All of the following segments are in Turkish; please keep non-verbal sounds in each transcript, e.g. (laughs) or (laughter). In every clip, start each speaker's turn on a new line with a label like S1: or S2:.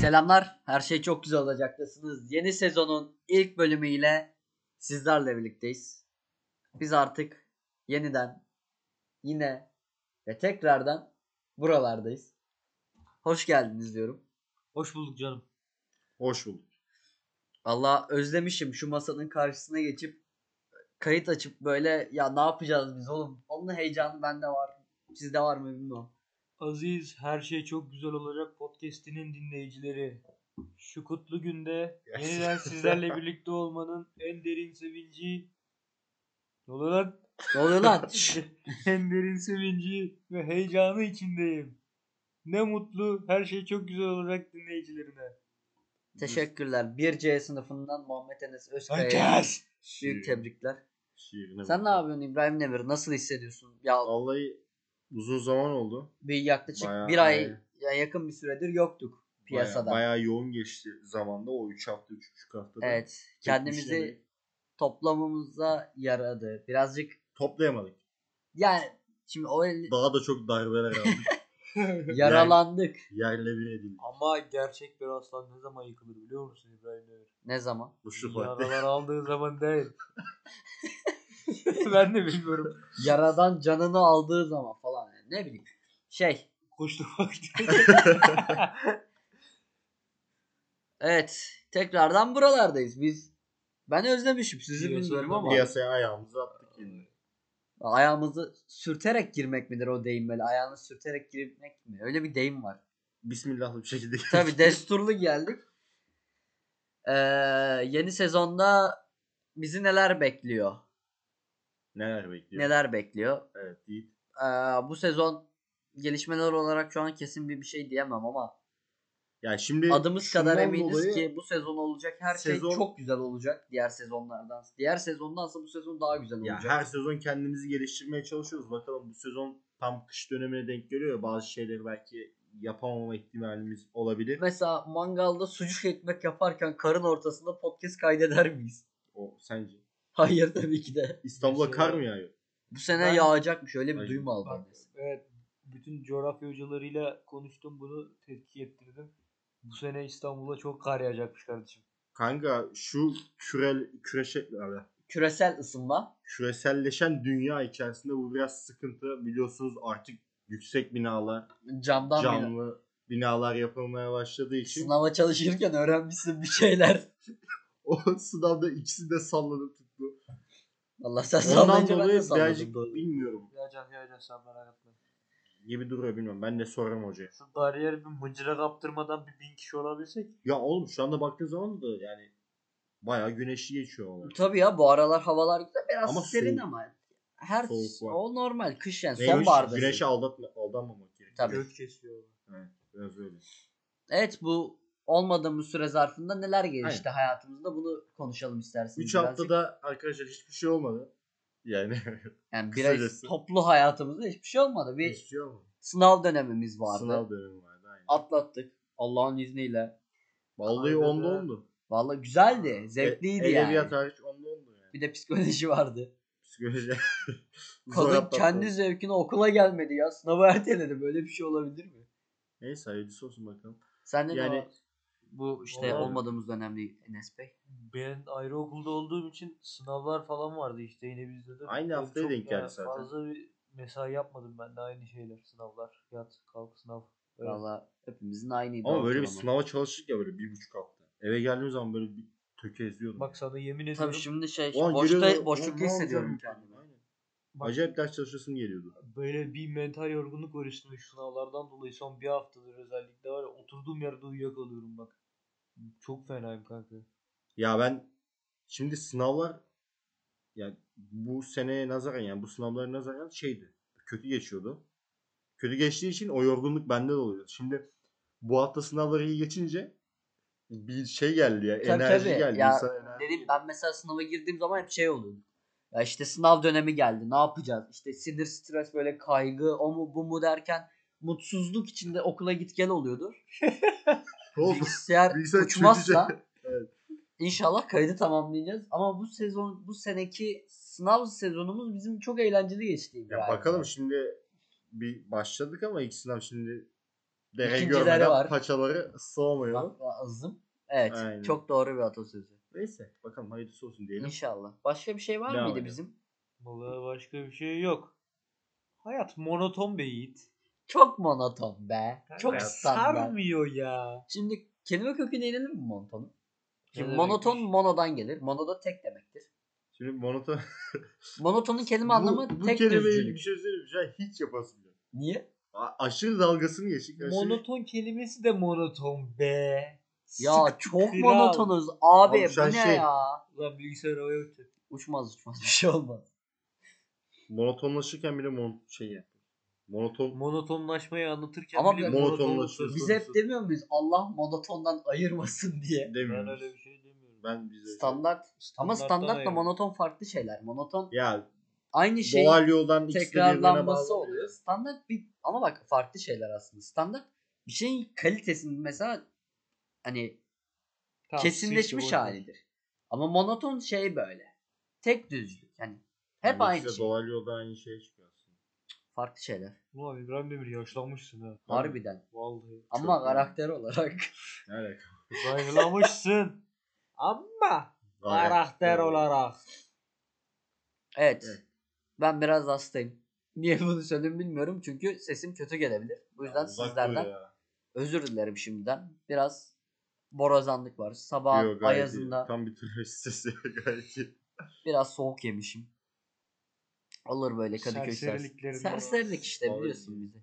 S1: Selamlar. Her şey çok güzel olacaktasınız. Yeni sezonun ilk bölümüyle sizlerle birlikteyiz. Biz artık yeniden yine ve tekrardan buralardayız. Hoş geldiniz diyorum.
S2: Hoş bulduk canım.
S3: Hoş bulduk.
S1: Allah özlemişim şu masanın karşısına geçip kayıt açıp böyle ya ne yapacağız biz oğlum? Onun heyecanı bende var. Sizde var mı bilmiyorum.
S2: Aziz her şey çok güzel olacak podcast'inin dinleyicileri. Şu kutlu günde
S3: Gerçekten.
S2: yeniden sizlerle birlikte olmanın en derin sevinci ne oluyor lan?
S1: Ne oluyor
S3: (laughs)
S1: lan? Şşş.
S2: en derin sevinci ve heyecanı içindeyim. Ne mutlu her şey çok güzel olacak dinleyicilerine.
S1: Teşekkürler. 1C sınıfından Muhammed Enes Özkaya'ya
S2: Herkes!
S3: Hmm.
S1: büyük tebrikler.
S3: Şiirine
S1: Sen
S3: bak.
S1: ne yapıyorsun İbrahim Demir? Nasıl hissediyorsun? Ya
S3: Vallahi uzun zaman oldu.
S1: bir yaklaşık
S3: Bayağı-
S1: bir ay
S3: bayağı-
S1: ya yakın bir süredir yoktuk piyasada.
S3: Baya, bayağı yoğun geçti zamanda o 3 hafta 3,5 haftada.
S1: evet. Kendimizi toplamamıza yaradı. Birazcık
S3: Toplayamadık.
S1: yani şimdi o el-
S3: Daha da çok darbeler aldık. (laughs)
S1: yaralandık.
S3: Yerle bir edildik.
S2: (laughs) Ama gerçek bir aslan ne zaman yıkılır biliyor musun İbrahim Demir?
S1: Ne zaman?
S3: Bu şu farklı.
S2: Yaralar aldığı zaman değil. (laughs) ben de bilmiyorum.
S1: Yaradan canını aldığı zaman falan yani. ne bileyim. Şey
S2: Koştu vakti.
S1: evet tekrardan buralardayız biz. Ben özlemişim sizi
S2: Piyasada
S1: bilmiyorum
S2: da
S1: ama
S3: Piyasaya ayağımızı attık yine.
S1: ayağımızı sürterek girmek midir o deyim böyle ayağını sürterek girmek mi? Öyle bir deyim var.
S3: Bismillahlı bir şekilde.
S1: (laughs) Tabi desturlu geldik. Ee, yeni sezonda bizi neler bekliyor?
S3: Neler bekliyor?
S1: Neler bekliyor?
S3: Evet Yiğit.
S1: Ee, bu sezon gelişmeler olarak şu an kesin bir bir şey diyemem ama
S3: Ya şimdi
S1: adımız kadar
S3: şundan
S1: eminiz
S3: dolayı
S1: ki bu sezon olacak her
S3: Sezon-
S1: şey çok güzel olacak diğer sezonlardan. Diğer sezondansa bu sezon daha güzel
S3: ya
S1: olacak.
S3: her sezon kendimizi geliştirmeye çalışıyoruz. Bakalım bu sezon tam kış dönemine denk geliyor ya bazı şeyleri belki yapamama ihtimalimiz olabilir.
S1: Mesela mangalda sucuk ekmek yaparken karın ortasında podcast kaydeder miyiz? (laughs)
S3: O sence?
S1: Hayır tabii ki de.
S3: İstanbul'a
S2: Mesela-
S3: kar mı yağıyor?
S1: Bu sene
S2: Ben-
S1: yağacakmış öyle bir
S3: Ay,
S1: duyum aldım.
S2: bak. Evet. Bütün coğrafya hocalarıyla konuştum bunu tepki ettirdim. Bu sene İstanbul'a çok kar yağacakmış kardeşim.
S3: Kanka şu kürel küreşe,
S1: Küresel ısınma.
S3: küreselleşen dünya içerisinde bu biraz sıkıntı. Biliyorsunuz artık yüksek binalar,
S1: Camdan bina-
S3: camlı binalar yapılmaya başladığı için
S1: Sınava çalışırken öğrenmişsin bir şeyler.
S3: (laughs) o sınavda ikisi de sallanıp
S1: (laughs)
S3: tuttu.
S1: Allah sen
S3: Ondan
S1: sallayınca ben de
S3: dolayı
S1: salladım.
S3: birazcık bilmiyorum.
S2: Yağacak yağacak sen merak etme.
S3: Gibi duruyor bilmiyorum. Ben de sorarım hocaya.
S2: Şu bariyer bir mıcıra kaptırmadan bir bin kişi olabilsek.
S3: Ya oğlum şu anda baktığın zaman da yani bayağı güneşli geçiyor olay.
S1: Tabii ya bu aralar havalar güzel. Biraz
S3: Ama
S1: serin
S3: soğuk.
S1: ama. Her
S3: Soğuk var.
S1: o normal kış yani
S3: Neymiş?
S1: sonbahardasın.
S3: Güneşe aldatma, aldanmamak gerekiyor.
S1: Tabii.
S2: Gök kesiyor.
S3: Biraz öyle.
S1: Evet bu olmadığımız süre zarfında neler gelişti hayatımızda bunu konuşalım isterseniz.
S3: 3
S1: birazcık.
S3: haftada arkadaşlar hiçbir şey olmadı. Yani (laughs)
S1: yani biraz
S3: kısacası.
S1: toplu hayatımızda hiçbir şey olmadı. Bir
S3: hiçbir şey olmadı.
S1: sınav dönemimiz vardı.
S3: Sınav dönemi vardı. Aynen.
S1: Atlattık Allah'ın izniyle.
S3: Vallahi
S2: Aynen
S3: onda
S2: öyle.
S3: ondu.
S1: Vallahi güzeldi, zevkliydi
S3: E-
S1: yani.
S3: Edebiyat hariç onda ondu yani.
S1: Bir de psikoloji vardı.
S3: Psikoloji.
S1: (laughs)
S3: Zor
S1: Kadın
S3: atlattı.
S1: kendi zevkine okula gelmedi ya. Sınavı erteledi. Böyle bir şey olabilir mi?
S3: Neyse hayırlısı olsun bakalım.
S1: Senden
S3: Yani-
S1: yani bu işte
S2: Olabilir.
S1: olmadığımız önemli Enes Bey.
S2: Ben ayrı okulda olduğum için sınavlar falan vardı işte yine bizde de.
S3: Aynı
S2: Ben
S3: haftaya
S2: çok
S3: denk
S2: ya
S3: geldi zaten.
S2: Fazla bir mesai yapmadım ben de aynı şeyler sınavlar. Yat kalk sınav. Öyle.
S1: Valla hepimizin aynıydı.
S3: Ama böyle bir
S1: ortalama.
S3: sınava çalıştık ya böyle bir buçuk hafta. Eve geldiğim zaman böyle bir tökezliyordum.
S2: Bak sana yemin ediyorum.
S1: Tabii şimdi şey
S3: O an
S1: boşta,
S3: geliyordu,
S1: boşlukta
S3: "Ulan ne
S1: hissediyorum
S3: yapacağım?"
S1: kendimi.
S3: Aynen.
S2: bak-
S3: Acayip ders çalışasım geliyordu.
S2: böyle bir mental yorgunluk var üstüme şu sınavlardan dolayı son bir haftadır özellikle var ya oturduğum yerde uyuyakalıyorum bak. Çok fenayım kanka.
S3: Ya ben şimdi sınavlar yani bu seneye nazaran yani bu sınavlara nazaran şeydi. Kötü geçiyordu. Kötü geçtiği için o yorgunluk bende de oluyor. Şimdi bu hafta sınavları iyi geçince bir şey geldi ya.
S1: Tabii,
S3: enerji
S1: tabii.
S3: geldi.
S1: Ya,
S3: insan enerji
S1: Dedim
S3: geliyor.
S1: ben mesela sınava girdiğim zaman hep şey oluyordu. Ya işte sınav dönemi geldi. Ne yapacağız? İşte sinir, stres, böyle kaygı, o mu bu mu derken mutsuzluk içinde okula git gel oluyordu.
S3: Oğlum,
S1: Bilgisayar
S3: (laughs) bilgisayar
S1: uçmazsa
S3: çökecek. (laughs) Evet.
S1: inşallah kaydı tamamlayacağız. Ama bu sezon bu seneki sınav sezonumuz bizim çok eğlenceli geçti.
S3: Ya
S1: İbrahim.
S3: bakalım şimdi bir başladık ama ilk sınav şimdi Dere
S1: İkincileri
S3: görmeden
S1: var.
S3: paçaları soğumuyor.
S1: Bak lazım. Evet.
S3: Aynen.
S1: Çok doğru bir atasözü.
S3: Neyse bakalım hayırlısı olsun diyelim.
S1: İnşallah. Başka bir şey var
S3: Devam
S1: mıydı
S3: edelim.
S1: bizim?
S2: Vallahi başka bir şey yok. Hayat monoton be Yiğit.
S1: Çok monoton be. Çok
S2: Kanka,
S1: standart.
S2: Sarmıyor ya.
S1: Şimdi kelime köküne inelim mi monotonun? Şimdi
S2: Ne
S1: monoton
S2: demekmiş?
S1: monodan gelir. Mono da tek demektir.
S3: Şimdi monoton
S1: Monotonun kelime anlamı
S3: bu, bu
S1: tek
S3: kelimeyi bir
S1: düzcülük.
S3: şey söyleyeyim. mi? Şu an hiç yapasım yok.
S1: Niye?
S3: A- aşırı dalgasını geçtik. Aşırı...
S2: Monoton kelimesi de monoton be.
S1: Ya
S2: Sık
S1: çok
S2: kral.
S1: monotonuz abi.
S3: Oğlum
S1: bu
S3: sen
S1: ne
S3: şey-
S1: ya?
S2: Ulan bilgisayar havaya uçtu.
S1: Uçmaz uçmaz (laughs) bir şey olmaz.
S3: Monotonlaşırken bile mon şey yani. Monoton
S2: Monotonlaşmayı anlatırken
S1: Ama
S2: bile
S3: biz-
S2: monotonluk söz
S1: Biz
S3: Doğrusu.
S1: hep demiyor muyuz Allah monotondan ayırmasın diye.
S2: Ben
S3: demiyorum.
S2: öyle bir şey demiyorum.
S3: Ben bize
S1: Standart. Ama
S2: Standarttan
S1: standartla
S2: ayrı.
S1: monoton farklı şeyler. Monoton
S3: ya
S1: aynı şey
S3: doğal yoldan ikisi de birbirine
S1: tekrarlanması
S3: bağlı.
S1: oluyor. Standart bir ama bak farklı şeyler aslında. Standart bir şeyin kalitesinin mesela hani
S2: Tamam,
S1: kesinleşmiş
S2: switch'i boş ver.
S1: halidir. Ama monoton şey böyle. Tek düzlük. Yani hep
S3: Yani
S1: aynı
S3: ikisi de
S1: şey.
S3: Doğal yoldan aynı şeye çıkıyor aslında.
S1: Farklı şeyler.
S2: Ulan İbrahim Demir yaşlanmışsın ha.
S1: Harbiden.
S2: Vallahi.
S1: Ama
S3: iyi.
S1: karakter olarak
S3: Ne alaka?
S2: Zayıflamışsın. (laughs) Ama karakter olarak.
S1: Evet.
S3: Evet.
S1: Ben biraz hastayım. Niye bunu söyledim bilmiyorum. Çünkü sesim kötü gelebilir. Bu yüzden
S3: Uzak dur
S1: sizlerden
S3: ya.
S1: özür dilerim şimdiden. Biraz borazanlık var. Sabah
S3: Yok, gayet iyi.
S1: ayazında
S3: Tam bir travesti (laughs) sesi gayet iyi.
S1: biraz soğuk yemişim. Olur böyle Kadıköy serserilik.
S2: Serseriliklerin
S1: Serserilik
S2: orası.
S1: işte
S3: Vallahi
S1: biliyorsun
S3: iyi.
S1: bizi.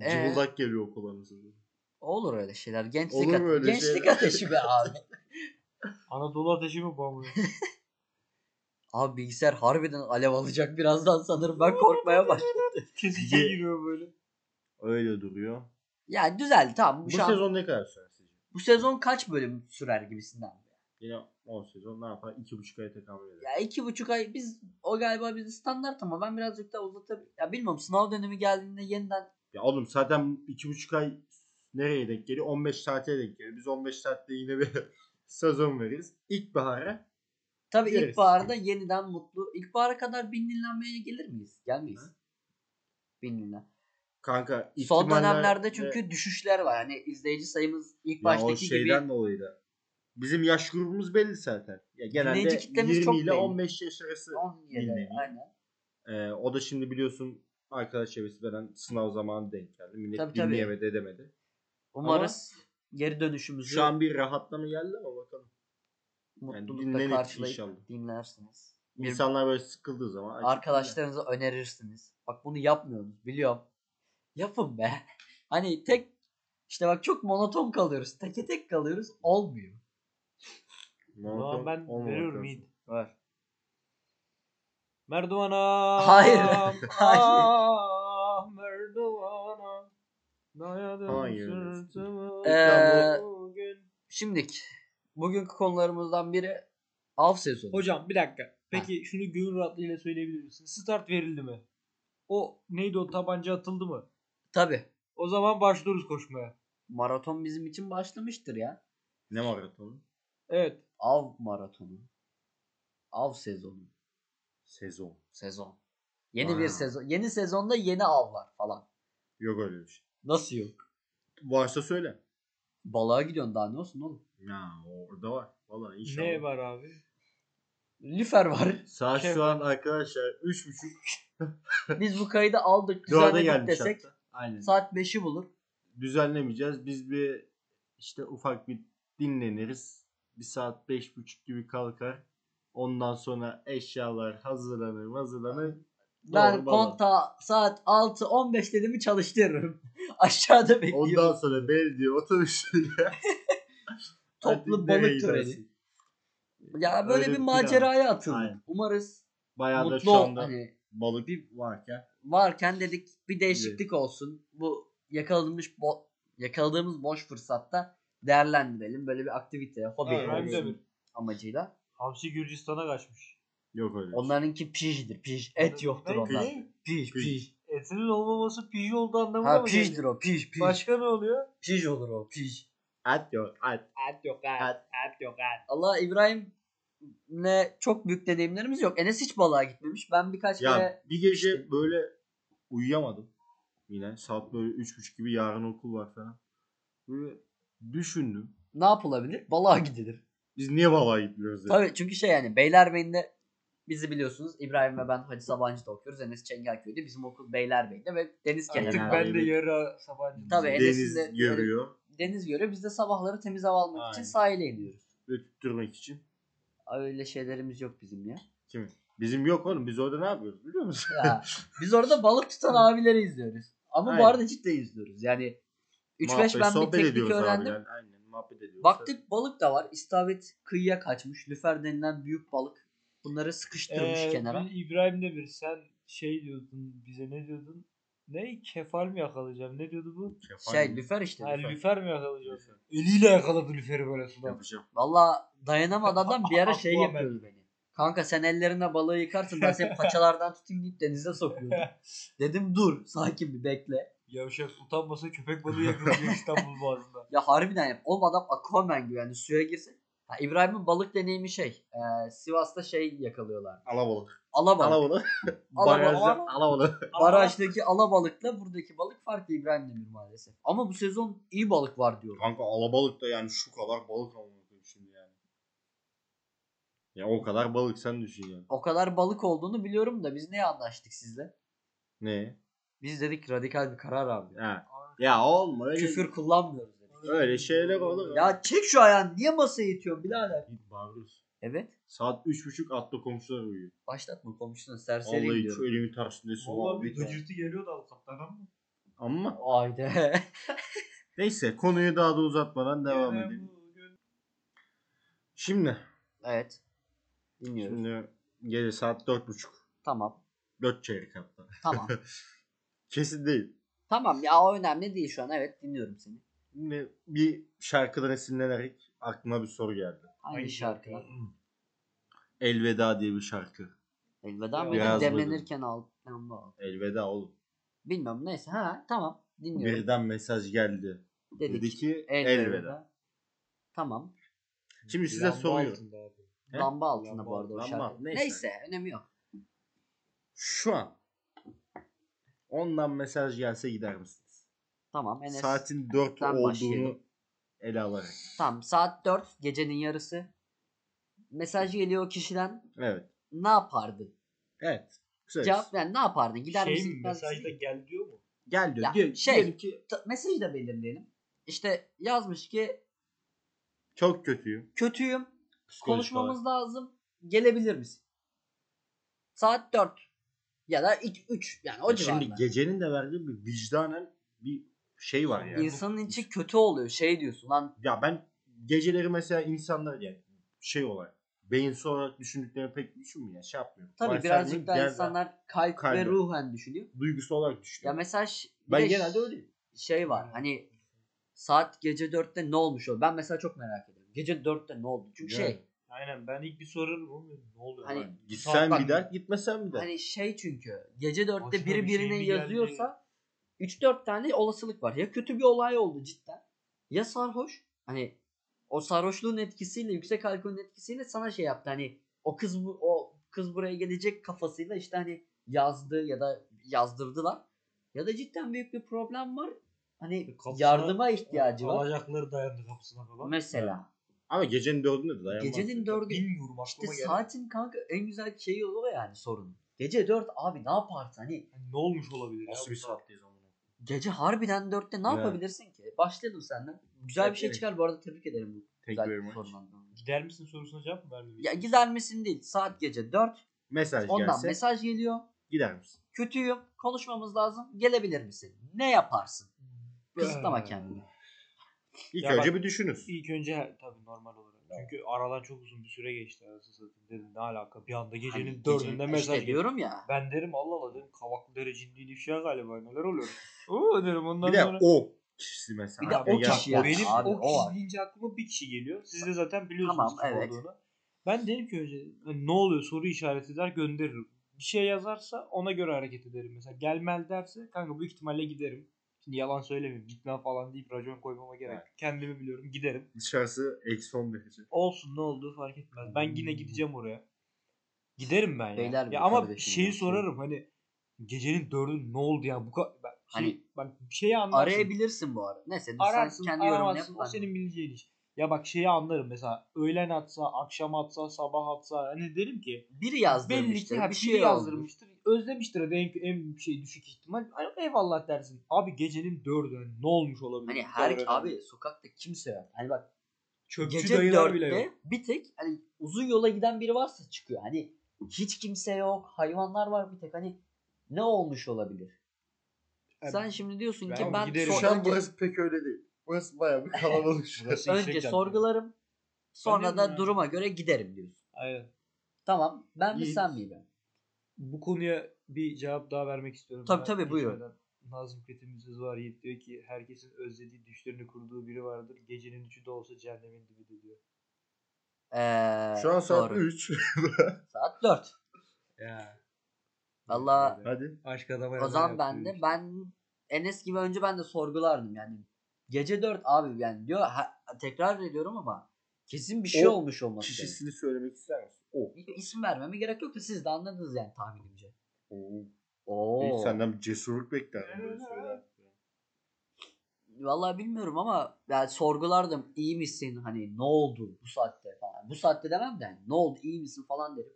S1: Ee?
S3: Cıvıldak geliyor kulağınıza.
S1: Olur öyle şeyler. Gençlik,
S3: Olur
S1: ate-
S3: mu öyle
S1: gençlik
S3: şeyler?
S1: ateşi be
S3: (laughs)
S1: abi.
S2: Anadolu ateşi mi (laughs) bağlı?
S1: abi bilgisayar harbiden alev alacak birazdan sanırım. Ben korkmaya başladım.
S2: Kesişe
S3: Ye-
S2: giriyor böyle.
S3: Öyle duruyor.
S1: Yani düzeldi tamam.
S3: Bu
S1: Şu an-
S3: sezon ne kadar sürer sizce?
S1: bu sezon kaç bölüm sürer gibisinden.
S3: Yine 10 sezon ne yapar? 2,5 aya tekabül eder.
S1: Ya iki buçuk ay biz o galiba bizi standart ama ben birazcık daha uzatabilirim. Ya bilmiyorum sınav dönemi geldiğinde yeniden
S3: Ya oğlum zaten 2,5 ay nereye denk geliyor? 15 saate denk geliyor. Biz 15 saatte yine bir (laughs) sezon veririz. İlkbahara
S1: tabii
S3: Gireriz.
S1: ilkbaharda yeniden mutlu. İlkbahara kadar bin dinlenmeye gelir miyiz? Gelmeyiz.
S3: Hı.
S1: Bin dinlen.
S3: kanka
S1: Son
S3: ihtimaller
S1: dönemlerde
S3: de-
S1: çünkü düşüşler var. Yani izleyici sayımız ilk
S3: Ya o
S1: baştaki
S3: şeyden
S1: gibi
S3: dolayı da. Bizim yaş grubumuz belli zaten. Ya genelde
S1: Dinleyici kitlemiz
S3: 20
S1: çok
S3: ile
S1: belli.
S3: 15 yaş arası.
S1: 17.
S3: Bilmediği.
S1: Aynen.
S3: Ee, o da şimdi biliyorsun arkadaş çevresi veren sınav zamanı denk geldi. Millet
S1: Tabii, tabii.
S3: dinleyemedi edemedi.
S1: Umarız geri dönüşümüzü
S3: Şu an bir rahatlama geldi ama bakalım.
S1: mutlulukla
S3: dinlenir
S1: karşılayıp
S3: inşallah.
S1: dinlersiniz. Bir-
S3: İnsanlar böyle sıkıldığı zaman açıp
S1: arkadaşlarınıza önerirsiniz. Bak bunu yapmıyorsunuz biliyorum. Yapın be. (laughs) Hani tek işte bak çok monoton kalıyoruz. Teke tek kalıyoruz. Olmuyor.
S3: dinler. Monoton
S2: Ulan ben
S3: olmamak
S2: veriyorum
S3: lazım.
S2: Yiğit.
S1: Var.
S2: Merdivana.
S1: Hayır.
S2: Ah, merdivana. Dayadım
S3: Hayır.
S2: sırtımı
S1: Ee,
S2: bugün.
S1: Şimdiki bugünkü konularımızdan biri av sezonu.
S2: Hocam bir dakika. Peki şunu gönül rahatlığıyla söyleyebilir misin? Start verildi mi? O neydi o tabanca atıldı mı?
S1: Tabi.
S2: O zaman başlıyoruz koşmaya.
S1: Maraton bizim için başlamıştır ya.
S3: Ne maratonu?
S2: Evet.
S1: Av maratonu. Av sezonu.
S3: Sezon.
S1: Sezon. Yeni
S3: Vay.
S1: bir sezon. Yeni sezonda yeni avlar falan.
S3: Yok öyle bir şey.
S1: Nasıl yok?
S3: Varsa söyle.
S1: Balığa gidiyorsun daha ne olsun oğlum?
S3: Ya orada var. Valla inşallah.
S2: Ne var abi?
S1: Lüfer var.
S3: (laughs) Saat
S2: Şey
S3: şu an arkadaşlar 3.30
S1: Biz bu kaydı aldık.
S3: doğada
S1: Düzenledik
S3: gelmiş
S1: desek.
S3: hatta. Aynen.
S1: Saat 5'i bulur.
S3: Düzenlemeyeceğiz. Biz bir işte ufak bir dinleniriz. Bir saat 5.30 gibi kalkar. Ondan sonra eşyalar hazırlanır hazırlanır.
S1: Ben
S3: Doğru, baba.
S1: konta saat 6-15 dediğimi çalıştırırım. (laughs) Aşağıda bekliyorum.
S3: Ondan sonra belediye otobüsüyle (laughs)
S1: Toplu balık
S3: Hadi nereye
S1: töreni.
S3: gidersin?
S1: ya böyle bir
S3: Öyle bir
S1: maceraya atıldık.
S3: Aynen.
S1: Umarız
S3: Bayağı da
S1: mutlu
S3: şu anda
S1: hani
S3: balık bir varken
S1: varken dedik bir değişiklik olsun. Bu yakaladığımız bo- yakaladığımız boş fırsatta değerlendirelim. Böyle bir aktivite, hobi
S3: Aynen.
S2: İbrahim
S1: olsun
S2: Demir.
S1: amacıyla.
S2: Hamsi Gürcistan'a kaçmış.
S3: yok öyle. bir şey.
S1: Onlarınki pijdir, pij. Et yoktur
S2: Ne?
S1: onlar.
S2: Ne?
S1: Pij,
S3: Pij.
S1: pij.
S2: Etinin olmaması pij oldu anlamına
S1: Ha
S2: mı
S1: pijdir
S2: geliyor?
S1: o, pij, pij.
S2: Başka ne oluyor?
S1: Pij olur o, pij.
S3: At yok at.
S2: Et yok et.
S3: Et.
S2: Et yok et.
S1: Allah İbrahim'le çok büyük deneyimlerimiz yok. Enes hiç balığa gitmemiş. Ben birkaç
S3: Ya
S1: kere
S3: bir gece
S1: işte-
S3: böyle uyuyamadım. yine. Saat böyle 3.30 gibi yarın okul var falan. Böyle düşündüm.
S1: Ne yapılabilir? Balığa gidilir.
S3: Biz niye balığa gitmiyoruz? dedim.
S1: Tabii çünkü şey yani Beylerbeyi'nde bizi biliyorsunuz İbrahim ve ben Hacı Sabancı'da okuyoruz. Enes Çengelköy'de bizim okul Beylerbeyi'nde ve deniz
S2: Artık
S1: kenarında.
S3: Aynen.
S2: ben de yarı Sabancı.
S1: Tabii,
S3: Deniz
S1: Enes'in de-
S3: görüyor.
S1: Deniz görüyor. Biz de sabahları temiz hava almak için
S3: Aynen.
S1: sahile iniyoruz.
S3: Ve tutturmak için.
S1: Öyle şeylerimiz yok bizim ya.
S3: Bizim yok oğlum. Biz orada ne yapıyoruz biliyor musun?
S1: (laughs) ya biz orada balık
S3: (laughs)
S1: tutan abileri izliyoruz. Ama bu
S3: Aynen.
S1: arada cidden izliyoruz. Yani 3-5
S3: Muhabbet,
S1: ben bir
S3: sohbet
S1: teknik
S3: ediyoruz abi
S1: öğrendim.
S3: yani. Aynen muhabbet ediyoruz.
S1: Baktık balık da var. İstavrit kıyıya kaçmış. Lüfer denilen büyük balık. Bunları sıkıştırmış
S2: Ee,
S1: kenara.
S2: ben İbrahim Demir sen şey diyordun bize ne diyordun? Ne? Kefal mi yakalayacağım? Ne diyordu bu?
S1: Şey lüfer işte.
S2: Ha,
S1: Lüfer.
S2: lüfer mi yakalayacağım? Eliyle yakaladı lüferi böyle sudan.
S3: yapacağım.
S1: Valla dayanamadı adam bir ara şey
S2: Aquaman.
S1: yapıyordu beni. Kanka sen ellerine balığı yıkarsın ben seni paçalardan tutayım deyip denize sokuyordum. Dedim dur sakin bir bekle.
S2: Yavşak utanmasa köpek
S1: (laughs)
S2: balığı yakalayacak İstanbul Boğazı'nda.
S1: Ya harbiden yap. Oğlum adam Aquaman gibi yani suya girsin. Ha, İbrahim'in balık deneyimi şey. e, Sivas'ta şey yakalıyorlar.
S3: Alabalık.
S1: Alabalık.
S3: Alabalık.
S1: (laughs) Alabalık.
S3: Barajda alabalık.
S1: Barajdaki alabalıkla buradaki balık farklı İbrahim Demir maalesef. Ama bu sezon iyi balık var diyor.
S3: Kanka alabalık da yani şu kadar balık alamadım şimdi yani. Ya o kadar balık sen düşün yani.
S1: O kadar balık olduğunu biliyorum da biz neye anlaştık sizle?
S3: Ne?
S1: Biz dedik radikal bir karar abi.
S3: Ha. Ya olma öyle.
S1: Küfür kullanmıyoruz dedik.
S3: Öyle şeyler olur.
S1: Ya çek şu ayağını niye masaya itiyorsun birader?
S3: Git bağırıyorsun.
S1: Evet.
S3: Saat 3.30 atla komşular uyuyor.
S1: Başlatma komşuna serseri
S3: Vallahi şu
S1: gidiyorum.
S3: elimin tersinde su
S2: Valla
S3: var.
S2: bir gıcırtı geliyordu avukattan ama.
S3: Ama
S1: Ayda. (laughs)
S3: neyse konuyu daha da uzatmadan devam
S2: Gene
S3: edelim.
S2: bu, gene-
S3: Şimdi.
S1: evet. Dinliyoruz.
S3: Şimdi gece saat 4.30. (laughs)
S1: Tamam.
S3: 4 çeyrek hatta.
S1: Tamam.
S3: Kesin değil.
S1: tamam ya o önemli değil şu an. Evet dinliyorum seni.
S3: Yine bir şarkıdan esinlenerek aklıma bir soru geldi.
S1: Hangi
S2: Hangi
S1: şarkı?
S2: şarkı?
S3: Elveda diye bir şarkı.
S1: Elveda mı?
S3: Biraz
S1: Demlenirken al. Tamam, al.
S3: Elveda oğlum.
S1: Bilmem neyse. Ha tamam. Dinliyorum.
S3: Birden mesaj geldi.
S1: Dedik.
S3: Dedi ki
S1: Elveda.
S3: elveda.
S1: Tamam.
S3: Şimdi size
S2: Lamba
S3: soruyorum.
S2: altında abi.
S3: He?
S1: Lamba altına
S2: Lamba,
S1: bu arada o
S3: lamba.
S1: şarkı. Neyse.
S3: Neyse.
S1: önemi yok.
S3: Şu an ondan mesaj gelse gider misiniz?
S1: Tamam Enes.
S3: Saatin 4
S1: Ben
S3: olduğunu
S1: başlayalım.
S3: ele alarak.
S1: Tamam saat 4 gecenin yarısı. Mesaj geliyor o kişiden
S3: Evet.
S1: ne yapardın?
S3: Evet. Güzel.
S1: Cevap yani ne yapardın? Gider
S2: şey
S1: misin?
S2: mi?
S1: gitmez misin?
S2: Mesajda gel diyor mu?
S3: Gel diyor.
S1: Ya,
S3: diyor
S1: şey-
S3: diyelim ki
S1: Ta- Mesajı da belirleyelim. İşte yazmış ki
S3: çok kötüyüm.
S1: kötüyüm
S3: Psikolojik
S1: konuşmamız
S3: olarak.
S1: lazım gelebilir misin? Saat 4 ya da 3 yani o
S3: Ya
S1: civarda.
S3: Şimdi gecenin de verdiği bir vicdanen bir şey var yani.
S1: İnsanın içi kötü oluyor şey diyorsun lan
S3: ya ben geceleri mesela insanlar yani şey olarak beyinsel olarak düşündüklerini pek düşünmüyor. Yani şey yapmıyorum.
S1: tabii
S3: Varsayımını
S1: birazcık daha
S3: genel-
S1: insanlar kalp, ve
S3: Kalbe.
S1: ruhen düşünüyor.
S3: duygusal olarak
S1: Ya
S3: düşünüyorum.
S1: mesaj bir
S3: ben
S1: de
S3: genelde öyleyim.
S1: şey var hani saat gece 4'te ne olmuş o? Ben mesela çok merak ediyorum. Gece 4'te ne oldu? Çünkü
S3: Yani.
S1: şey
S2: Aynen ben ilk bir sorarım oğlum ne oluyor?
S1: Hani-
S2: lan?
S3: Gitsen
S1: Bak-
S3: bir der, gitmesen bir der.
S1: Hani şey çünkü gece dörtte
S2: Başına
S1: biri
S2: bir şey
S1: birine
S2: mi geldi?
S1: yazıyorsa 3-4 tane olasılık var. Ya kötü bir olay oldu cidden. Ya sarhoş. Hani o sarhoşluğun etkisiyle yüksek alkolün etkisiyle sana şey yaptı. Hani o kız bu, o kız buraya gelecek kafasıyla işte hani yazdı ya da yazdırdılar. Ya da cidden büyük bir problem var. Hani
S2: E, Kapısına-
S1: yardıma ihtiyacı var.
S2: Alacakları dayandı kapısına falan.
S1: Mesela
S3: Ama gecenin dördünde de dayanmaz.
S1: gecenin dördü
S2: Bilmiyorum aklıma
S1: işte
S2: geldi.
S1: saatin kanka en güzel şeyi o yani sorun. Gece 4 abi ne yaparsın hani
S2: Hani ne olmuş olabilir ya?
S3: Nasıl bir
S2: bu saat?
S3: saatteyiz amına?
S1: Gece harbiden dörtte ne
S3: Yani.
S1: yapabilirsin ki? Başlayalım senden. Güzel bir
S3: Evet,
S1: şey
S3: evet.
S1: çıkar bu arada tebrik ederim bu
S3: Thank you
S1: güzel
S3: very much.
S1: sorundan.
S2: Gider misin sorusuna cevap mı vermeliyiz?
S1: Ya gider misin değil. Saat gece 4.
S3: Mesaj
S1: Ondan
S3: gelse
S1: mesaj geliyor.
S3: gider misin?
S1: Kötüyüm. Konuşmamız lazım. Gelebilir misin? Ne yaparsın? Kısıtlama
S2: Ee,
S1: kendini.
S3: İlk
S2: Ya
S3: önce
S2: bak-
S3: bir düşünüz.
S2: İlk önce tabii normal olarak. Çünkü aradan çok uzun bir süre geçti arası satayım dedim ne alaka bir anda gecenin
S1: Hani
S2: dördünde
S1: gece-
S2: mesaj
S1: işte
S2: geldi.
S1: diyorum ya.
S2: Ben derim Allah Allah dedim kavaklı dere cinliğin ifşa şey galiba neler oluyor. (laughs) Oo derim ondan
S3: Bir de
S2: sonra.
S3: o kişisi mesela.
S1: Bir de
S3: Abi
S1: o
S3: gel-
S1: kişi ya.
S2: Benim
S1: Abi,
S2: o
S1: o var.
S2: kişi deyince aklıma bir kişi geliyor. Siz de zaten biliyorsunuz
S1: Tamam,
S2: kim
S1: evet.
S2: olduğunu. Ben derim ki önce hani ne oluyor soru işareti der gönderirim. Bir şey yazarsa ona göre hareket ederim. Mesela gelmel derse kanka büyük ihtimalle giderim. Şimdi yalan söylemeyeyim gitmem falan deyip racon koymama gerek. yok. Kendimi biliyorum giderim.
S3: Dışarısı eksi 10 derece.
S2: Olsun ne olduğu fark etmez. Ben yine gideceğim oraya. Giderim ben ya.
S1: Hmm. Beyler
S2: ya
S1: bu
S2: ama
S1: kardeşim
S2: şeyi
S1: ya.
S2: sorarım hani gecenin dördü ne oldu ya bu ka- ben
S1: Hani-
S2: bak bir şeyi anlarsın.
S1: Arayabilirsin bu arada. Neyse
S2: ararsın,
S1: sen kendi yorumunu yap.
S2: aramazsın. O
S1: ben-
S2: senin bileceğin iş. Ya bak şeyi anlarım mesela öğlen atsa, akşam atsa, sabah atsa hani derim ki
S1: Biri yazdırmıştır.
S2: belli ki ha,
S1: bir
S2: bir
S1: şey
S2: şey
S1: yazdırmış.
S2: yazdırmıştır. Özlemiştir hadi en, en şey düşük ihtimal. Hani eyvallah dersin. Abi gecenin dördü hani ne olmuş olabilir?
S1: Hani
S2: Bu
S1: her
S2: kadar önemli.
S1: abi sokakta kimse yok. Hani bak
S2: çöpçü
S1: gece
S2: dayılar bile
S1: dörtte
S2: yok.
S1: bir tek hani uzun yola giden biri varsa çıkıyor. Hani hiç kimse yok. Hayvanlar var bir tek. Hani ne olmuş olabilir?
S2: Abi,
S1: Sen şimdi diyorsun
S2: ben
S1: ki ben
S2: giderim.
S1: sor-
S3: Şu an
S1: önce,
S3: burası pek öyle değil. Burası bayağı bir kalabalık şu an.
S2: Burası
S1: önce
S2: yüksek cadde.
S1: sorgularım. Sonra
S2: şey Önemli
S1: da
S2: yani.
S1: duruma göre giderim diyorsun.
S2: Aynen.
S1: Tamam. Ben mi
S2: İyi.
S1: sen miyim? ben?
S2: Bu konuya bir cevap daha vermek istiyorum.
S1: Tabii,
S2: Ben
S1: tabii, buyurun.
S2: geçmeden. Nazım Hikmet'imiz var Yiğit diyor ki herkesin özlediği düşlerini kurduğu biri vardır. Gecenin üçü de olsa cehennemin dibi diyor.
S1: Ee,
S3: Şu an saat
S1: doğru.
S3: 3.
S1: Saat 4.
S2: Ya.
S1: Valla
S3: (laughs) Hadi.
S2: Aşk adama
S1: O zaman ben de ben Enes gibi önce ben de sorgulardım yani. Gece 4 abi yani diyor ha- tekrar ediyorum ama kesin bir şey
S3: O
S1: olmuş olması lazım.
S3: Kişisini söylemek ister misin? O.
S1: İsim vermeme gerek yok da siz de anladınız yani tahminimce.
S3: Oo.
S1: Oo.
S3: İlk senden bir cesurluk beklerdim. böyle şeyler.
S1: Vallahi bilmiyorum ama yani sorgulardım iyi misin hani ne oldu bu saatte falan. Bu saatte demem de hani, ne oldu iyi misin falan derim.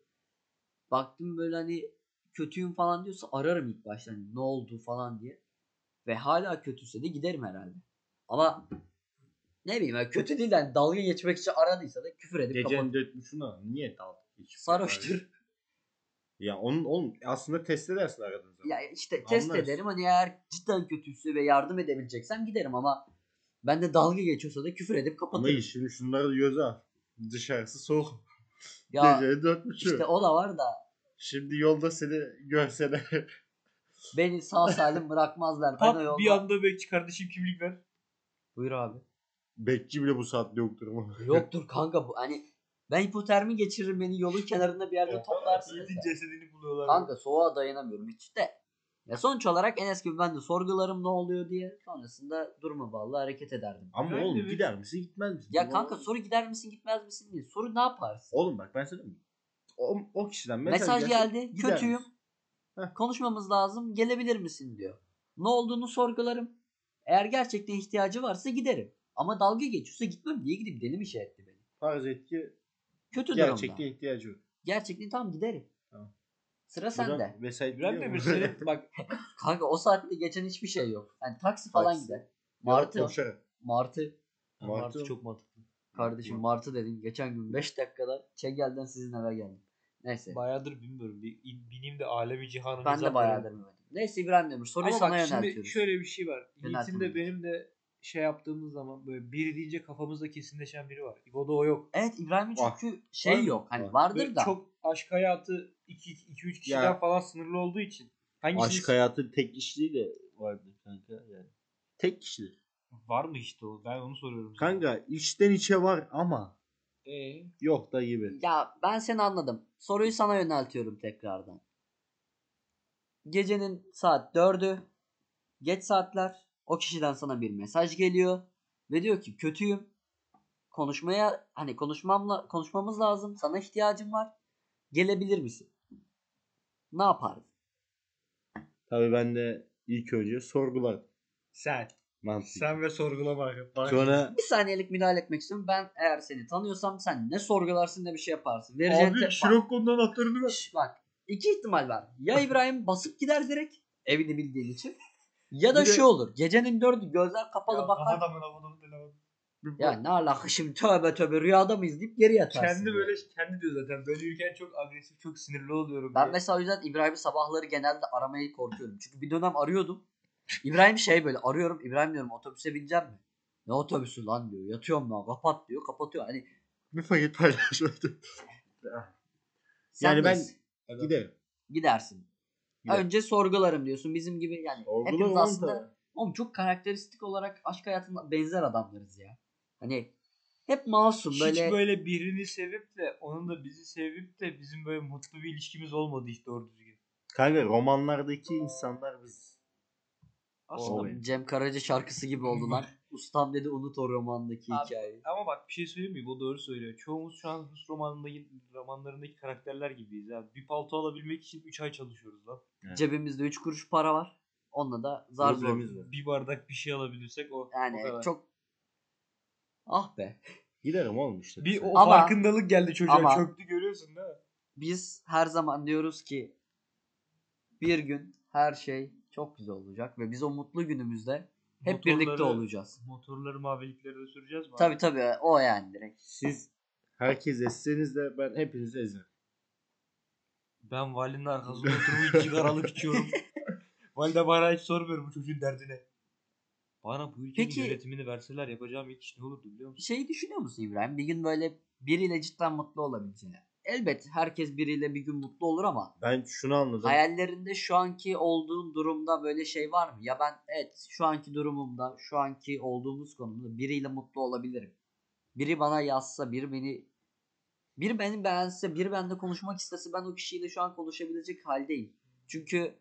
S1: Baktım böyle hani kötüyüm falan diyorsa ararım ilk başta hani ne oldu falan diye. Ve hala kötüyse de giderim herhalde. Ama ne bileyim yani kötü değil de hani dalga geçmek için aradıysa da küfür edip
S3: Gecenin
S1: kapatırım.
S3: dörtlüsüne niye daldın? Hiç
S1: Sarhoştur.
S3: Ya onun, onun aslında test edersin aradığın zaman.
S1: Ya işte test
S3: Anlarız.
S1: ederim hani eğer cidden kötüyse ve yardım edebileceksem giderim ama ben de dalga geçiyorsa da küfür edip
S3: Ama
S1: kapatırım.
S3: iyi, şimdi şunları göze al. Dışarısı soğuk.
S1: Ya
S3: Gecenin dört buçuğu.
S1: işte o da var da
S3: Şimdi yolda seni görseler.
S1: Beni sağ salim bırakmazlar. Ben o
S2: Pat
S1: yolda...
S2: bir anda bekçi kardeşim kimlik ver.
S1: Buyur abi.
S3: (laughs) Bekçi bile bu saatte yoktur ama.
S1: Yoktur kanka bu. Hani ben hipotermi geçiririm beni yolun kenarında bir yerde toplarsınız.
S2: Yiğit'in
S1: da.
S2: cesedini buluyorlar.
S1: kanka soğuğa dayanamıyorum hiç de. Ya sonuç olarak Enes gibi ben de sorgularım ne oluyor diye. Sonrasında duruma bağlı hareket ederdim.
S3: Ama
S2: Ben de
S3: oğlum
S2: bir-
S3: gider misin gitmez misin?
S1: Ya
S3: Bunu-
S1: kanka soru gider misin gitmez misin diye. Soru ne yaparsın?
S3: Oğlum bak ben söyleyeyim mi? O, o kişiden mesaj,
S1: Mesaj
S3: gelse
S1: geldi.
S3: gider
S1: Kötüyüm.
S3: misin? Heh.
S1: Konuşmamız lazım. Gelebilir misin diyor. Ne olduğunu sorgularım. Eğer gerçekten ihtiyacı varsa giderim. Ama dalga geçiyorsa gitmem. Niye gideyim deli mi şey etti beni?
S3: Farz et ki
S1: Kötü durumda.
S3: gerçekte ihtiyacı yok.
S1: Gerçekliği tam giderim.
S3: Tamam.
S1: Sıra
S3: Buradan
S1: sende.
S3: Vesayet
S2: İbrahim
S3: biliyor
S2: de bir şey.
S3: (laughs) musun?
S1: (laughs)
S2: senin bak
S1: Kanka o saatte geçen hiçbir şey yok. Yani taksi falan
S3: Taksi.
S1: gider.
S3: Ya da
S1: Martı.
S3: koşarak.
S1: Martı.
S3: Martı Martı mı?
S1: çok mantıklı. Kardeşim Martı dedin. Geçen gün 5 dakikada Çengel'den sizin eve geldim. Neyse.
S2: bayağıdır bilmiyorum. Bir, in- bineyim de alemi cihanı.
S1: ben de bayağı demedim. Neyse İbrahim Demir soruyu
S2: Ama
S1: sana
S2: bak şimdi
S1: yöneltiyorum.
S2: şöyle bir şey var. Yiğit'in
S1: Yöneltmemiz.
S2: de benim de şey yaptığımız zaman böyle biri deyince kafamızda kesinleşen biri var. İbo'da o yok.
S1: Evet İbrahim'in
S3: Var.
S1: çünkü şey
S2: Var.
S1: yok. Hani
S3: Var.
S1: vardır
S2: Böyle
S1: da.
S2: çok aşk hayatı 2-3 kişiden
S3: Ya.
S2: falan sınırlı olduğu için. şey- Hangisini
S3: Aşk hayatı tek kişiliği de vardır kanka yani. Tek kişilik.
S2: Var mı işte o? Ben onu soruyorum. sana.
S3: Kanka içten içe var ama
S2: Ee,
S3: yok da gibi.
S1: Ya ben seni anladım. Soruyu sana yöneltiyorum tekrardan. Gecenin saat 4'ü. Geç saatler. O kişiden sana bir mesaj geliyor. Ve diyor ki kötüyüm. Konuşmaya hani konuşmamla konuşmamız lazım. Sana ihtiyacım var. Gelebilir misin? Ne yapardın?
S3: Tabii ben de ilk önce sorgular
S2: sen.
S3: mantık.
S2: Sen ve sorgulama. Bak-
S3: Sonra
S1: (laughs) Bir saniyelik müdahale etmek istiyorum. Ben eğer seni tanıyorsam sen ne sorgularsın ne bir şey yaparsın. Vereceğin
S3: abi
S1: tep-
S3: Şirokko'nun anahtarını ver.
S1: Şş, bak iki ihtimal var.
S3: (laughs)
S1: Ya İbrahim basıp gider direkt evini bildiğin için. Ya da
S3: Bir de-
S1: şu olur. Gecenin dördü gözler kapalı
S2: Ya,
S1: bakar.
S2: adamın adamın adamın.
S3: Bir
S1: Ya
S3: bak.
S1: ne alaka şimdi tövbe tövbe rüyada mıyız deyip geri yatarsın.
S2: Kendi
S1: diyor.
S2: böyle kendi diyor zaten. Böyle yürürken çok agresif, çok sinirli oluyorum.
S1: Ben
S2: diye.
S1: mesela o yüzden İbrahim'i sabahları genelde aramayı korkuyorum. Çünkü bir dönem arıyordum. İbrahim şey böyle arıyorum. İbrahim diyorum otobüse bineceğim mi? Ne otobüsü lan diyor. Yatıyorum ben kapat diyor. Kapatıyor. Hani
S3: Bir paket paylaşmadım.
S1: sen
S3: Yani ben-
S1: neyiz?
S3: Giderim.
S1: gidersin.
S3: Giderim.
S1: Önce sorgularım diyorsun. Bizim gibi yani
S3: Sorgularım
S1: hepimiz
S3: oğlum
S1: aslında
S3: tabii.
S1: Oğlum çok karakteristik olarak aşk hayatında benzer adamlarız ya. Hani hep masum
S2: Hiç
S1: böyle,
S2: böyle... birini sevip de onun da bizi sevip de bizim böyle mutlu bir ilişkimiz olmadı hiç doğru düzgün.
S3: Kanka romanlardaki insanlar biz.
S1: Oğlum,
S2: Aslında.
S3: Olmuyor.
S1: Cem Karaca şarkısı gibi oldu lan.
S2: (laughs)
S1: Ustam dedi unut o romandaki
S2: Abi.
S1: hikayeyi.
S2: Ama bak bir şey söyleyeyim mi? Bu doğru söylüyor. Çoğumuz şu an Rus romanındaki, romanlarındaki karakterler gibiyiz. ya. Bir palto alabilmek için 3 ay çalışıyoruz lan.
S3: Evet.
S1: Cebimizde 3 kuruş para var. Onunla da zar zor.
S3: Problemimiz var.
S2: Bir bardak bir şey alabilirsek o. o kadar.
S1: Yani çok ah be.
S3: Giderim oğlum işte.
S2: bir o
S1: Ama-
S2: farkındalık geldi çocuğa
S1: ama-
S2: çöktü görüyorsun değil mi?
S1: Biz her zaman diyoruz ki bir gün her şey çok güzel olacak ve biz o mutlu günümüzde hep birlikte
S2: Motorları-
S1: olacağız.
S2: Motorları mavilikleri de süreceğiz mi? abi?
S1: Tabi tabi o yani direkt.
S3: Siz herkes esseniz de ben hepinizi ezerim.
S2: Ben valinin arkasında oturup iki karalık
S1: (laughs)
S2: içiyorum. Valide bana hiç sormuyor bu çocuğun derdine. Bana bu ülkenin
S1: Peki-
S2: yönetimini verseler yapacağım ilk iş ne olurdu biliyor musun?
S1: Şeyi düşünüyor musun İbrahim? Bir gün böyle biriyle cidden mutlu olabileceğini. Elbet herkes biriyle bir gün mutlu olur ama
S3: Ben şunu anladım.
S1: Hayallerinde şu anki olduğun durumda böyle şey var mı? Ya ben evet şu anki durumumda, şu anki olduğumuz konumda biriyle mutlu olabilirim. Biri bana yazsa, biri beni biri beni beğense, biri benimle konuşmak istese ben o kişiyle şu an konuşabilecek haldeyim. Çünkü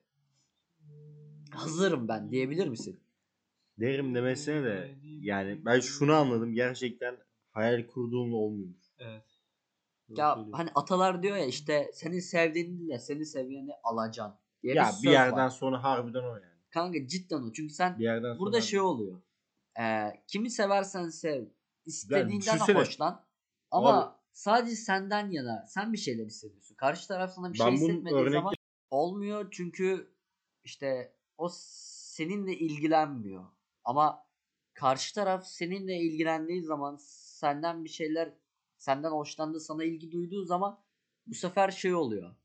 S1: hazırım ben diyebilir misin?
S3: Derim demesine de yani
S2: şey
S3: ben şunu anladım. Gerçekten hayal kurduğumla olmuyor.
S2: Evet. Doğru
S1: Ya
S2: söylüyorsun.
S1: hani atalar diyor ya işte senin sevdiğinle seni seveni alacaksın diye bir
S3: Ya
S1: söz
S3: bir yerden
S1: var.
S3: sonra harbiden o yani.
S1: Kanka cidden o. Çünkü sen
S3: Bir yerden sonra.
S1: Burada şey oluyor. Ee, kimi seversen sev. istediğinden
S3: düşünsene.
S1: hoşlan. Ama
S3: Abi-
S1: sadece senden yana sen bir şeyler hissediyorsun. Karşı taraf sana bir şey
S3: Ben bunun
S1: hissetmediği
S3: örnek-
S1: zaman olmuyor. Çünkü işte o seninle ilgilenmiyor. Ama karşı taraf seninle ilgilendiği zaman senden bir şeyler senden hoşlandı sana ilgi duyduğu zaman bu sefer şey oluyor.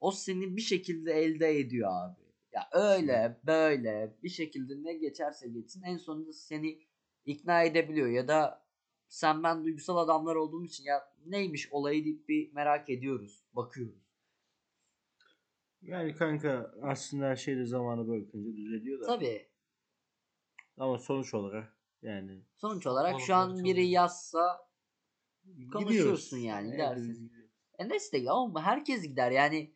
S1: O seni bir şekilde elde ediyor abi. Ya öyle böyle bir şekilde ne geçerse geçsin en sonunda seni ikna edebiliyor ya da sen ben duygusal adamlar olduğum için ya neymiş olayı deyip bir merak ediyoruz, bakıyoruz.
S3: Yani kanka aslında her şey de zamanı bırakınca düzeliyor da.
S1: Tabii
S3: Ama sonuç olarak yani
S1: sonuç olarak
S2: Oğlum,
S1: şu an
S2: sonuç
S1: biri
S2: olarak.
S1: yazsa
S3: gidiyoruz.
S1: konuşuyorsun yani,
S3: Herkes
S1: dersin.
S3: gidiyor.
S1: e neyse de ya oğlum herkes gider yani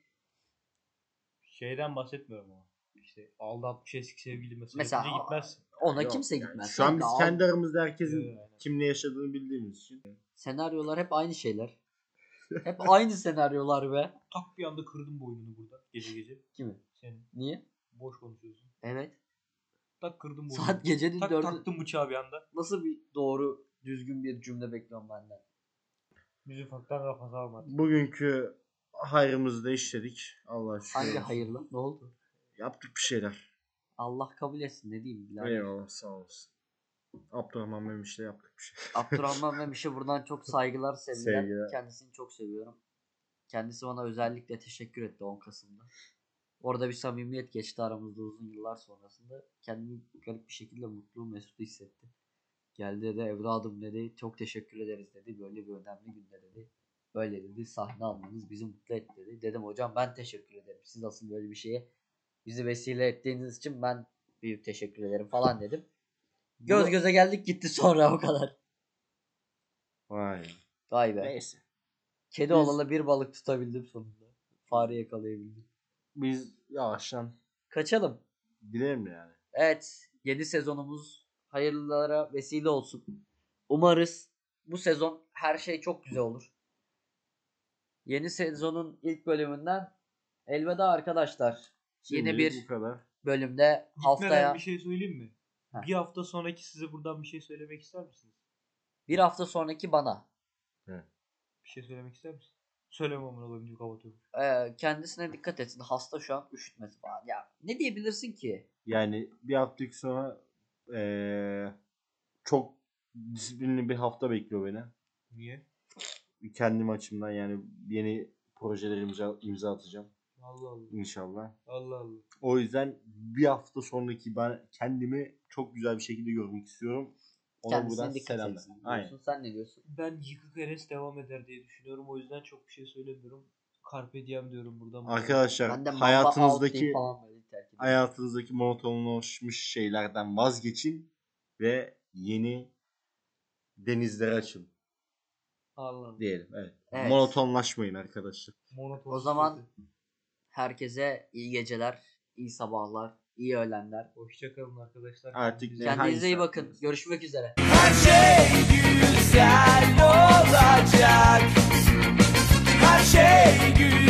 S2: Şeyden bahsetmiyorum ama. İşte aldatmış eski sevgili mesela.
S1: Mesela-
S2: Mesela gitmezsin.
S1: ona
S3: Yok,
S1: kimse
S3: yani
S1: gitmez.
S3: Şu an
S1: Kanka,
S3: biz
S1: al-
S3: kendi aramızda herkesin
S2: Ee, aynen.
S3: kimle yaşadığını bildiğimiz için.
S1: senaryolar hep aynı
S3: (laughs)
S1: şeyler. hep aynı senaryolar be.
S2: Tak bir anda kırdım boynunu burada gece gece.
S1: Kimi?
S2: Sen
S1: Niye?
S2: boş konuşuyorsun.
S1: Evet.
S2: Tak kırdım boynunu.
S1: Saat gecenin
S2: tak
S1: dördü.
S2: taktım bıçağı bir anda.
S1: Nasıl bir doğru düzgün bir cümle bekliyorum benden.
S2: Biz ufaktan kafası almadı.
S3: Bugünkü hayrımızı da işledik. Allah şükür.
S1: Hangi
S3: olsun.
S1: hayırlı? Ne oldu?
S3: Yaptık bir şeyler.
S1: Allah kabul etsin ne diyeyim birader.
S3: Eyvallah sağ olasın. Abdurrahman Memiş'le yaptık bir şey.
S1: Abdurrahman Memiş'e buradan çok saygılar sevgiler.
S3: Sevgiler.
S1: Kendisini çok seviyorum. Kendisi bana özellikle teşekkür etti 10 Kasım'da. Orada bir samimiyet geçti aramızda uzun yıllar sonrasında. Kendimi garip bir şekilde mutlu mesut hissetti. Geldi de evladım dedi çok teşekkür ederiz dedi. Böyle bir önemli günde dedi. Böyle dedi sahne almanız bizi mutlu etti dedi. Dedim hocam ben teşekkür ederim. Siz asıl böyle bir şeye bizi vesile ettiğiniz için ben büyük teşekkür ederim falan dedim. Göz göze geldik gitti sonra o kadar.
S3: Vay.
S1: Vay be.
S3: Neyse.
S1: Kedi
S3: Biz-
S1: olalı bir balık tutabildim sonunda. Fare yakalayabildim.
S3: Biz yavaştan
S1: Kaçalım.
S3: gidelim de yani.
S1: Evet. Yeni sezonumuz hayırlılara vesile olsun. Umarız bu sezon her şey çok güzel olur. Yeni sezonun ilk bölümünden elveda arkadaşlar. Yine
S3: Şimdilik
S1: bir
S3: bu kadar.
S1: bölümde
S2: Haftaya.
S1: haftaya
S2: bir şey söyleyeyim mi?
S1: Ha.
S2: Bir hafta sonraki size buradan bir şey söylemek ister misiniz?
S1: bir hafta sonraki bana.
S2: Bir şey söylemek ister misin? Söyleme amına koyayım diye kapatıyorum.
S1: Ee, kendisine dikkat etsin. Hasta şu an üşütmesi falan. Ya ne diyebilirsin ki?
S3: Yani bir haftalık sonra eee, çok disiplinli bir hafta bekliyor beni.
S2: Niye?
S3: Kendim açımdan yani yeni projeleri imza, imza atacağım
S2: Allah Allah.
S3: inşallah.
S2: Allah Allah.
S3: O yüzden bir hafta sonraki ben kendimi çok güzel bir şekilde görmek istiyorum. Ona buradan
S1: Kendisine dikkat
S3: selamlar.
S1: etsin.
S3: Aynen.
S1: diyorsun. Sen ne diyorsun?
S2: Ben yıkık Enes devam eder diye düşünüyorum. O yüzden çok bir şey söylemiyorum. Carpe diem diyorum buradan.
S1: Ben de
S3: Arkadaşlar
S1: Mamba Out
S3: hayatınızdaki
S1: deyip falan böyle terk ediyorum.
S3: hayatınızdaki monotonlaşmış şeylerden vazgeçin ve yeni denizlere açın
S2: Allah Allah.
S3: diyelim. Evet.
S1: Evet.
S3: Monotonlaşmayın arkadaşlar.
S2: Monoton
S1: O zaman-
S2: sesi.
S1: Herkese iyi geceler, iyi sabahlar, iyi öğlenler.
S2: Hoşça kalın arkadaşlar.
S3: Artık
S2: Kendinize-
S3: ne-
S1: Kendinize iyi
S3: hangisi
S1: bakın.
S3: hakkınız?
S1: Görüşmek üzere.
S4: Her şey güzel olacak. Her şey güzel. şey şey